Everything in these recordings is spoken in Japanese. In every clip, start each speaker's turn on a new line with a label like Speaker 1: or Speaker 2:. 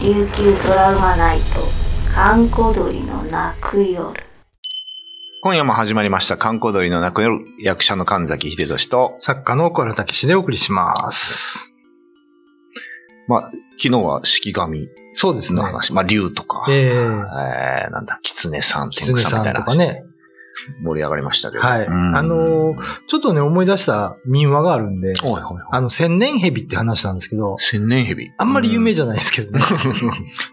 Speaker 1: 琉球ドラマナイト観光鳥の泣く夜
Speaker 2: 今夜も始まりました、観光鳥の泣く夜、役者の神崎秀俊と、
Speaker 3: 作家の小原武史でお送りします。
Speaker 2: まあ、昨日は式神
Speaker 3: そうですね
Speaker 2: の。話、まあ、竜とか、
Speaker 3: ええ
Speaker 2: えー、なんだ、狐さん、天
Speaker 3: 狐
Speaker 2: 狗さ
Speaker 3: さ
Speaker 2: ん
Speaker 3: ん
Speaker 2: みたい
Speaker 3: と
Speaker 2: な
Speaker 3: か
Speaker 2: 話、
Speaker 3: ね。
Speaker 2: 盛り上がりましたけど。
Speaker 3: はい。
Speaker 2: うん
Speaker 3: あのーちょっとね、思い出した民話があるんで、
Speaker 2: おいおいおい。
Speaker 3: あの、千年蛇って話なんですけど、
Speaker 2: 千年蛇。
Speaker 3: あんまり有名
Speaker 2: じ
Speaker 3: じゃないですけどね。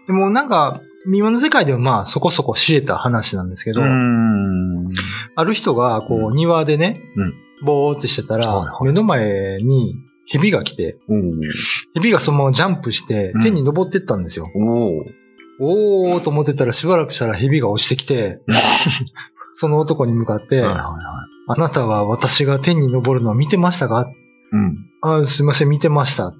Speaker 3: でもなんか、民話の世界ではまあ、そこそこ知れた話なんですけど、
Speaker 2: うん。
Speaker 3: ある人が、こ
Speaker 2: う
Speaker 3: う、庭でね、
Speaker 2: うん
Speaker 3: ぼーってしてた
Speaker 2: はい
Speaker 3: ら
Speaker 2: は、
Speaker 3: 目の前に蛇が来て、
Speaker 2: うん。
Speaker 3: 蛇がそのままジャンプして
Speaker 2: うん、
Speaker 3: 天に登ってったんですよ。
Speaker 2: おお。
Speaker 3: おーと思ってたら、しばらくしたら蛇が落ちてきて、 その男に向かっ
Speaker 2: は
Speaker 3: て、
Speaker 2: いはいはい。
Speaker 3: あなたは私が天に昇るのを見てましたか
Speaker 2: うん。
Speaker 3: あすいません、見てました。
Speaker 2: うん。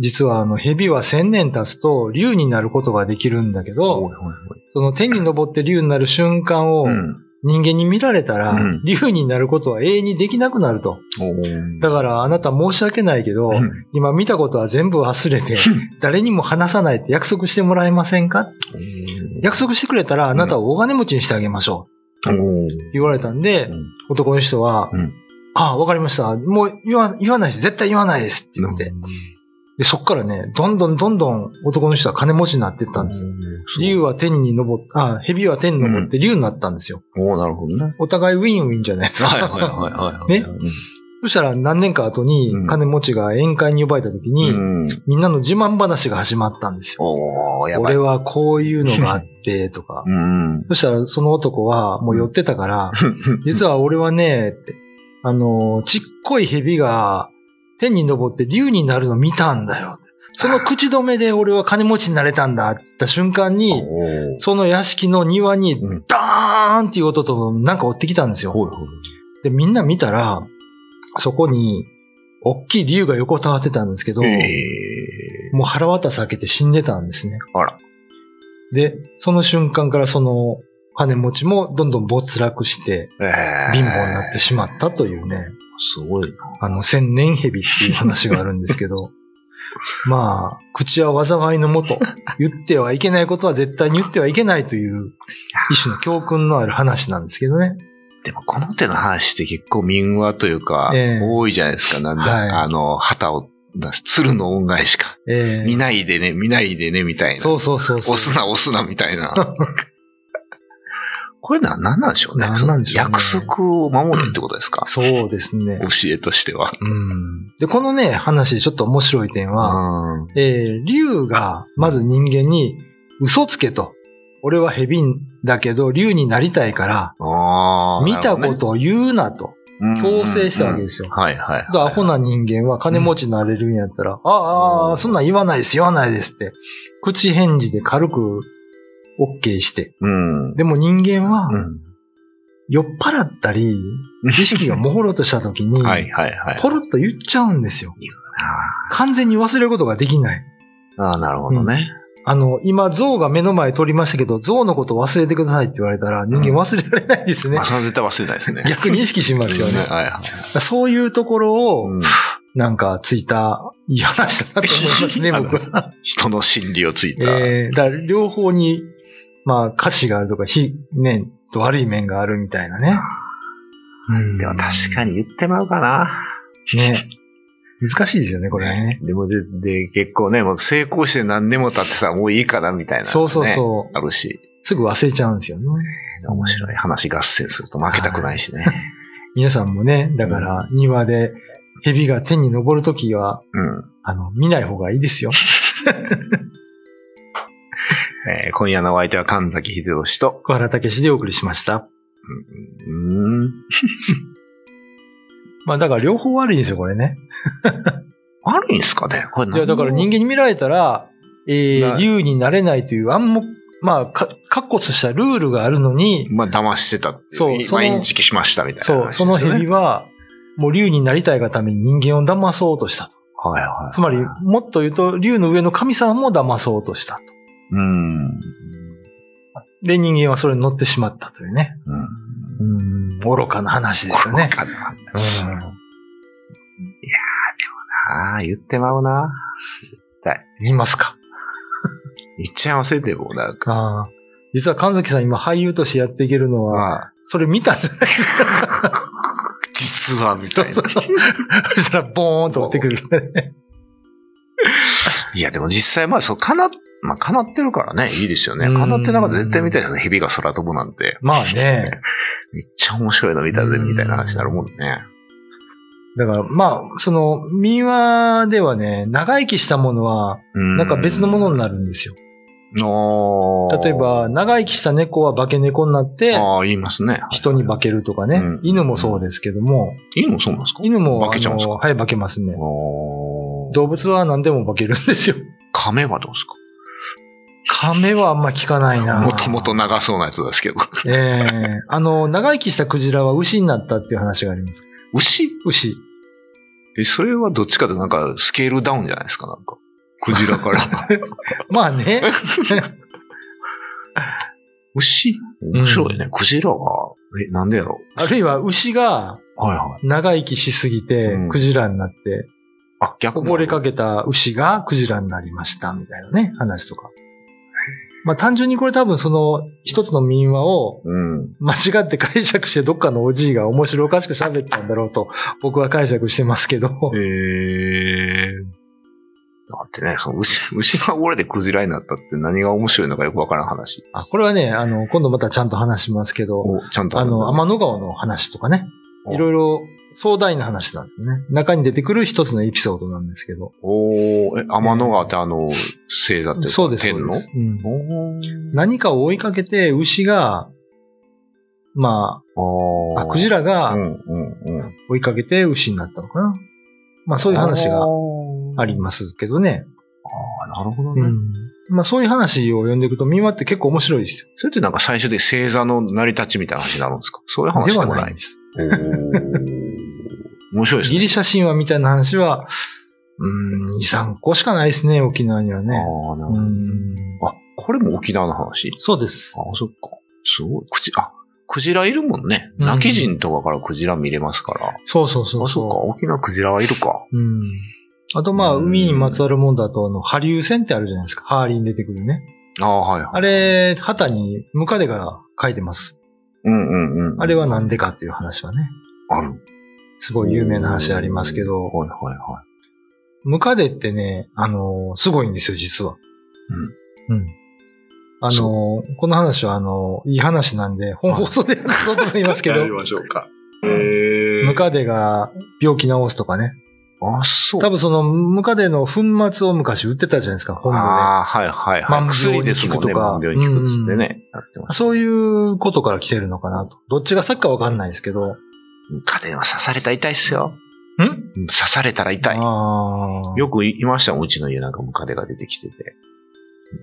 Speaker 3: 実は、あの、蛇は千年経つと竜になることができるんだけ
Speaker 2: お
Speaker 3: ど、
Speaker 2: いおいおい。
Speaker 3: その天に昇って竜になる瞬間を
Speaker 2: うん。
Speaker 3: 人間に見られたら、
Speaker 2: うん
Speaker 3: 竜になることは永遠にできなくなると。
Speaker 2: おお。
Speaker 3: だから、あなた申し訳ないけど、
Speaker 2: うん
Speaker 3: 今見たことは全部忘れて、誰にも話さないって約束してもらえませんか約束してくれたら、あなたを大金持ちにしてあげましょ
Speaker 2: おお。
Speaker 3: う。言われたんで、
Speaker 2: うん
Speaker 3: 男の人は、
Speaker 2: うん
Speaker 3: ああ、わかりました。もう言わ言わないです。絶対言わないですって言って。で、そっからね、どんどんどんどん男の人は金持ちになっていったんです。竜は天に登っ、あ、蛇は天に登って竜になったんですよ。
Speaker 2: おおなるほどね。
Speaker 3: お互いウィンウィンじゃないですか。
Speaker 2: はいはいはいはい。
Speaker 3: ね そしたら何年か後に
Speaker 2: うん
Speaker 3: 金持ちが宴会に呼ばれた時
Speaker 2: う
Speaker 3: に、
Speaker 2: ん。
Speaker 3: みんなの自慢話が始まったんですよ。
Speaker 2: おおやばい。
Speaker 3: 俺はこういうのがあって、とか。
Speaker 2: うん。
Speaker 3: そしたらその男はもう寄ってたから、
Speaker 2: 実
Speaker 3: 実は俺はね、って、あの、ちっこい蛇が天に登って竜になるの見たんだよ。その口止めで俺は金持ちになれたんだって言った瞬間に、その屋敷の庭に
Speaker 2: うん
Speaker 3: ダーンっていう音となんか追ってきたんですよ。で、みんな見たら、そこに大きい竜が横たわってたんですけど、もう腹渡避けて死んでたんですね。
Speaker 2: あら。
Speaker 3: で、その瞬間からその金持ちもどんどん没落して、貧乏になってしまったというね、
Speaker 2: すごいな。
Speaker 3: あの、千年蛇っていう話があるんですけど、 まあ、口は災いのもと、言ってはいけないことは絶対に言ってはいけないという、一種の教訓のある話なんですけどね。
Speaker 2: でもこの手の話って結構民話というか、多いじゃないですか。なんだ、あの、旗を出す。鶴の恩返しか。
Speaker 3: ええ
Speaker 2: 見ないでね、見ないでね、みたいな。
Speaker 3: そうそうそうそう。
Speaker 2: 押すな、押すな、みたい な。これな、なんなんでしょうね。
Speaker 3: なんなんでしょうね
Speaker 2: 約束を守るってことですか
Speaker 3: そうですね。
Speaker 2: 教えとしては。
Speaker 3: うん。で、このね、話でちょっと面白い点は、
Speaker 2: うん
Speaker 3: えー竜がまず人間に嘘つけと。俺は蛇だけど、竜になりたいから、
Speaker 2: あー
Speaker 3: 見たことを言うなと、
Speaker 2: なるほどね
Speaker 3: 強制したわけ
Speaker 2: うんうん
Speaker 3: ですよ
Speaker 2: うん。はいはいはい。
Speaker 3: だからアホな人間は金持ちになれるんやったら、ああああ、そんなん言わないです、言わないですって、口返事で軽く OK して。
Speaker 2: うん。
Speaker 3: でも人間は
Speaker 2: う、ん、
Speaker 3: 酔っ払ったり、意識が朦朧とした時に
Speaker 2: はいはいはい。
Speaker 3: ポロッと言っちゃうんですよ。
Speaker 2: あ
Speaker 3: 完全に忘れることができない。
Speaker 2: ーあー、なるほどね。
Speaker 3: あの、今、象が目の前通りましたけど、象のこと忘れてくださいって言われたら、人間忘れられないですね
Speaker 2: まあ、。それは絶対忘れないですね。
Speaker 3: 逆に意識しますよね。
Speaker 2: はいはい。
Speaker 3: そういうところを、
Speaker 2: うん
Speaker 3: なんか、ついた、いい話だなと思いますね、僕は。
Speaker 2: 人の心理をついた。
Speaker 3: えー、だから両方に、まあ、価値があるとか、非、ね、と悪い面があるみたいなね。うん
Speaker 2: でも確かに言ってまうかな。
Speaker 3: に。ね。難しいですよね、これはね。
Speaker 2: でもで、で、結構ね、もう成功して何年も経ってさ、もういいかなみたいな、
Speaker 3: そうそう
Speaker 2: う。
Speaker 3: そう。
Speaker 2: あるし、
Speaker 3: すぐ忘れちゃうんですよね。
Speaker 2: 面白い話合戦すると負けたくないしね。
Speaker 3: 皆さんもね、だから、庭で、蛇が天に登るときは、
Speaker 2: うん。
Speaker 3: あの、見ない方がいいですよ。
Speaker 2: えー今夜のお相手は神崎秀俊と、
Speaker 3: 小原武史でお送りしました。
Speaker 2: うん、
Speaker 3: まあだから両方悪いんですよ、これね。
Speaker 2: 悪いんすかねこれ
Speaker 3: いや、だから人
Speaker 2: 間、
Speaker 3: 間に見られたら、え
Speaker 2: な
Speaker 3: ー、竜になれないという暗黙、まあ、か、確固としたルールがあるのに、
Speaker 2: まあ、騙してたっていう。
Speaker 3: そうその
Speaker 2: 毎日しましたみたいな、
Speaker 3: そう、その
Speaker 2: は
Speaker 3: 蛇
Speaker 2: い
Speaker 3: は、もう竜になりたいがために人間を騙そうとしたと。
Speaker 2: はい。
Speaker 3: つまり、もっと言うと、竜の上の神様も騙そうとしたと。
Speaker 2: うん。うん。
Speaker 3: で、人間はそれに乗ってしまったというね。うん、愚かな話ですよね。
Speaker 2: これわかんないし
Speaker 3: う
Speaker 2: ああ、言ってまうな。
Speaker 3: ん。言いますか。
Speaker 2: 言っちゃいませんね、もうなんか。
Speaker 3: ああ。実は神崎さん今俳優としてやっていけるのは、
Speaker 2: まあ、
Speaker 3: それ見たんじゃないですか。
Speaker 2: 実 はみたいな
Speaker 3: そ。したらボーンと追ってくる、ね。
Speaker 2: いや、でも実際まあ、そう、かな、まあ、かなってるからね、いいですよね。
Speaker 3: うん
Speaker 2: かなってなかったら絶対見たいですね、蛇が空飛ぶなんて。
Speaker 3: まあね。
Speaker 2: めっちゃ面白いの見たぜ、
Speaker 3: うん
Speaker 2: みたいな話になるもんね。
Speaker 3: だからまあ、その、民話ではね、長生きしたものは、
Speaker 2: な
Speaker 3: なんか別のものになるんですよ。
Speaker 2: の
Speaker 3: 例えば、、長生きした猫は化け猫になって、
Speaker 2: ああ、言いますね。
Speaker 3: 人に化けるとかね
Speaker 2: うん。
Speaker 3: 犬もそうですけども、
Speaker 2: 犬もそうなんですか
Speaker 3: 犬も、
Speaker 2: 化けちゃうんです
Speaker 3: あの
Speaker 2: か
Speaker 3: はい、化けますね。
Speaker 2: おー
Speaker 3: 動物は何でも化けるんですよ。
Speaker 2: カメはどうですか
Speaker 3: 亀はあんま聞かないな。
Speaker 2: もともと長そうなやつですけど。
Speaker 3: ええあの、長生きしたクジラは牛になったっていう話があります。
Speaker 2: 牛
Speaker 3: 牛。
Speaker 2: え、それはどっちかというとなんかスケールダウンじゃないですか、なんか。クジラから。
Speaker 3: まあね。
Speaker 2: 牛面白いね。クジラは、え、なんでやろ
Speaker 3: あるいは牛が
Speaker 2: うはいはい。
Speaker 3: 長生きしすぎて
Speaker 2: うん
Speaker 3: クジラになって、
Speaker 2: あ、逆も
Speaker 3: 溺れかけた牛がクジラになりましたみたいなね、話とか。まあ単純にこれ多分その一つの民話を
Speaker 2: うん。
Speaker 3: 間違って解釈してどっかのおじいが面白おかしく喋ったんだろうと僕は解釈してますけど。
Speaker 2: へえー。だってね、その牛、牛が溺れてクジラになったって何が面白いのかよくわからん話。
Speaker 3: あこれはね、あの、今度またちゃんと話しますけど、
Speaker 2: おちゃんと
Speaker 3: あの、
Speaker 2: ま
Speaker 3: 天の川の話とかね。
Speaker 2: お
Speaker 3: いろいろ壮大な話なんですね。中に出てくる一つのエピソードなんですけど。
Speaker 2: おーえ、天の川ってあの、星座っていか
Speaker 3: そうです。
Speaker 2: 天
Speaker 3: そう
Speaker 2: の
Speaker 3: ですうん
Speaker 2: お
Speaker 3: 何かを追いかけて牛が、ま
Speaker 2: ー
Speaker 3: あ、あクジ
Speaker 2: ラう
Speaker 3: ラが
Speaker 2: んうんうん。
Speaker 3: 追いかけて牛になったのかな。まあそういう話がありますけどね。
Speaker 2: あーなるほど
Speaker 3: う
Speaker 2: ね。
Speaker 3: んまあそういう話を読んでいくと、民話って結構面白いですよ。
Speaker 2: それってなんか最終的に星座の成り立ちみたいな話になるんですかそういう話
Speaker 3: で
Speaker 2: で
Speaker 3: は
Speaker 2: もな
Speaker 3: ない
Speaker 2: い。
Speaker 3: です。
Speaker 2: おー面白いですね。
Speaker 3: ギリシャ神話みたいな話は、うん、2、3個しかないですね、沖縄にはね。
Speaker 2: ああ、なるほ
Speaker 3: う
Speaker 2: ど。
Speaker 3: ん
Speaker 2: あ、これも沖縄の話。
Speaker 3: そうです
Speaker 2: あ。、そっか。すごい。クジ、あ、クジラいるもんね。
Speaker 3: うん
Speaker 2: 泣き人とかからクジラ見れますから。
Speaker 3: そうそうそう
Speaker 2: あ、そっか。沖縄クジラはいるか。
Speaker 3: うん。あと、まあ、
Speaker 2: うん
Speaker 3: 海にまつわるもんだと、あの、波流船ってあるじゃないですか。ハーリーに出てくるね。
Speaker 2: ああ、はいはい。
Speaker 3: あれ、旗にムカデが書いてます。
Speaker 2: うんうんうん。
Speaker 3: あれはなんでかっていう話はね。
Speaker 2: ある。
Speaker 3: すごい有名な話ありますけど、
Speaker 2: はいはいは
Speaker 3: ムカデってね、あのーすごいんですよ、実は。うん。うん。あのーこの話は、あのーいい話なんで、本放送でやるぞと思います
Speaker 2: い。
Speaker 3: けど、
Speaker 2: ましょうか。
Speaker 3: へム
Speaker 2: え。
Speaker 3: カデが病気治すとかね。
Speaker 2: あ、そう。
Speaker 3: 多分その、ムカデの粉末を昔売ってたじゃないですか、本部で。
Speaker 2: ああ、はいはいはい。
Speaker 3: 万病
Speaker 2: 薬
Speaker 3: に
Speaker 2: です
Speaker 3: 効
Speaker 2: もん
Speaker 3: くと
Speaker 2: ね。
Speaker 3: か
Speaker 2: 万病に効くっつってね。やってます。
Speaker 3: そういうことから来てるのかなと。どっちが先かわかんないですけど。ん
Speaker 2: 家電は刺されたら痛いっすよ。刺されたら痛い。
Speaker 3: ああ。
Speaker 2: よくいいましたもん、うちの家なんかムカデが出てきてて。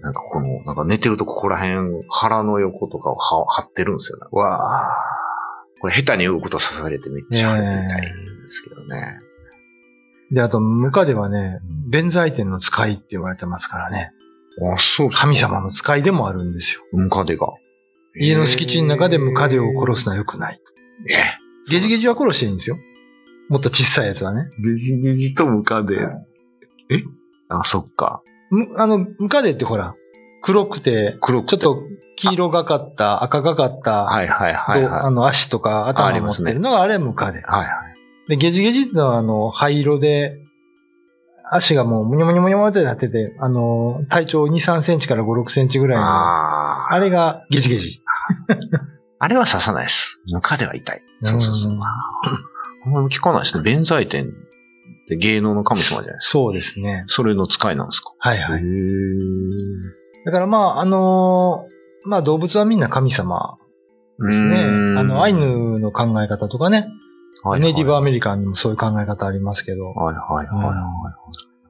Speaker 2: なんかこの、なんか寝てるとここら辺、腹の横とかをは張ってるんですよ、ね。わあ。これ下手に動くと刺されてめっちゃ腫れて痛いんですけどね。
Speaker 3: で、あと、ムカデはね、弁財天の使いって言われてますからね。
Speaker 2: あ、そう
Speaker 3: 神様の使いでもあるんですよ。
Speaker 2: ムカデが。
Speaker 3: 家の敷地の中でムカデを殺すのは良くない。
Speaker 2: ええ。
Speaker 3: ゲジゲジは殺していいんですよ。もっと小さいやつはね。
Speaker 2: ゲジゲジとムカデ。えあ、そっか。
Speaker 3: むあの、ムカデってほら、黒くて、
Speaker 2: 黒く
Speaker 3: ちょ
Speaker 2: て
Speaker 3: っ、と黄色がかった、赤がかった、
Speaker 2: はいはいはいはい。
Speaker 3: あの足とか
Speaker 2: あ
Speaker 3: 頭
Speaker 2: り
Speaker 3: を持
Speaker 2: ま
Speaker 3: っ
Speaker 2: す
Speaker 3: て
Speaker 2: ね
Speaker 3: るのがあれはムカデ。
Speaker 2: はいはい。
Speaker 3: で、ゲジゲジってのは、あの、灰色で、足がもう、むにょむにょむにょむにょってなってて、あの、体長2、3センチから5、6センチぐらいの、あ
Speaker 2: ああ。
Speaker 3: れがゲジゲジ。
Speaker 2: あれは刺さないです。ムカデは痛い。そうそうそう。
Speaker 3: うん
Speaker 2: あんまり聞かないですね。弁財天って芸能の神様じゃないですか。
Speaker 3: そうですね。
Speaker 2: それの使いなんですか。
Speaker 3: はいは
Speaker 2: へ
Speaker 3: い。
Speaker 2: ー
Speaker 3: だからまあ、あのーまあ動物はみんな神様ですね。
Speaker 2: うん
Speaker 3: あの、アイヌの考え方とかね、
Speaker 2: はいはい
Speaker 3: ネイティブアメリカンにもそういう考え方ありますけど、
Speaker 2: はいはいはいは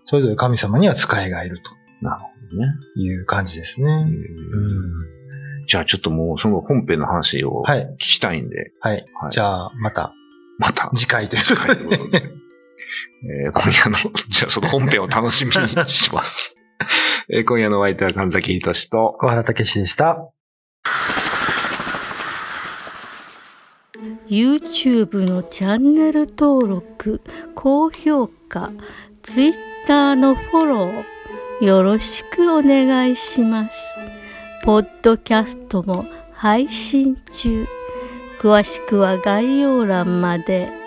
Speaker 3: それぞれ神様には使いがいる
Speaker 2: い。なるほどね。
Speaker 3: という感じですね。うん
Speaker 2: じゃあちょっともうその本編の話を
Speaker 3: はい
Speaker 2: 聞きたいんで、
Speaker 3: はい。
Speaker 2: はい
Speaker 3: じゃあ、また
Speaker 2: また
Speaker 3: 次回という
Speaker 2: 次回ということで、えー今夜の、じゃあその本編を楽しみにします。えー今夜のお相手は神崎仁と、
Speaker 3: 小原武史でした。
Speaker 4: YouTube のチャンネル登録高評価 Twitter のフォローよろしくお願いします。ポッドキャストも配信中。詳しくは概要欄まで。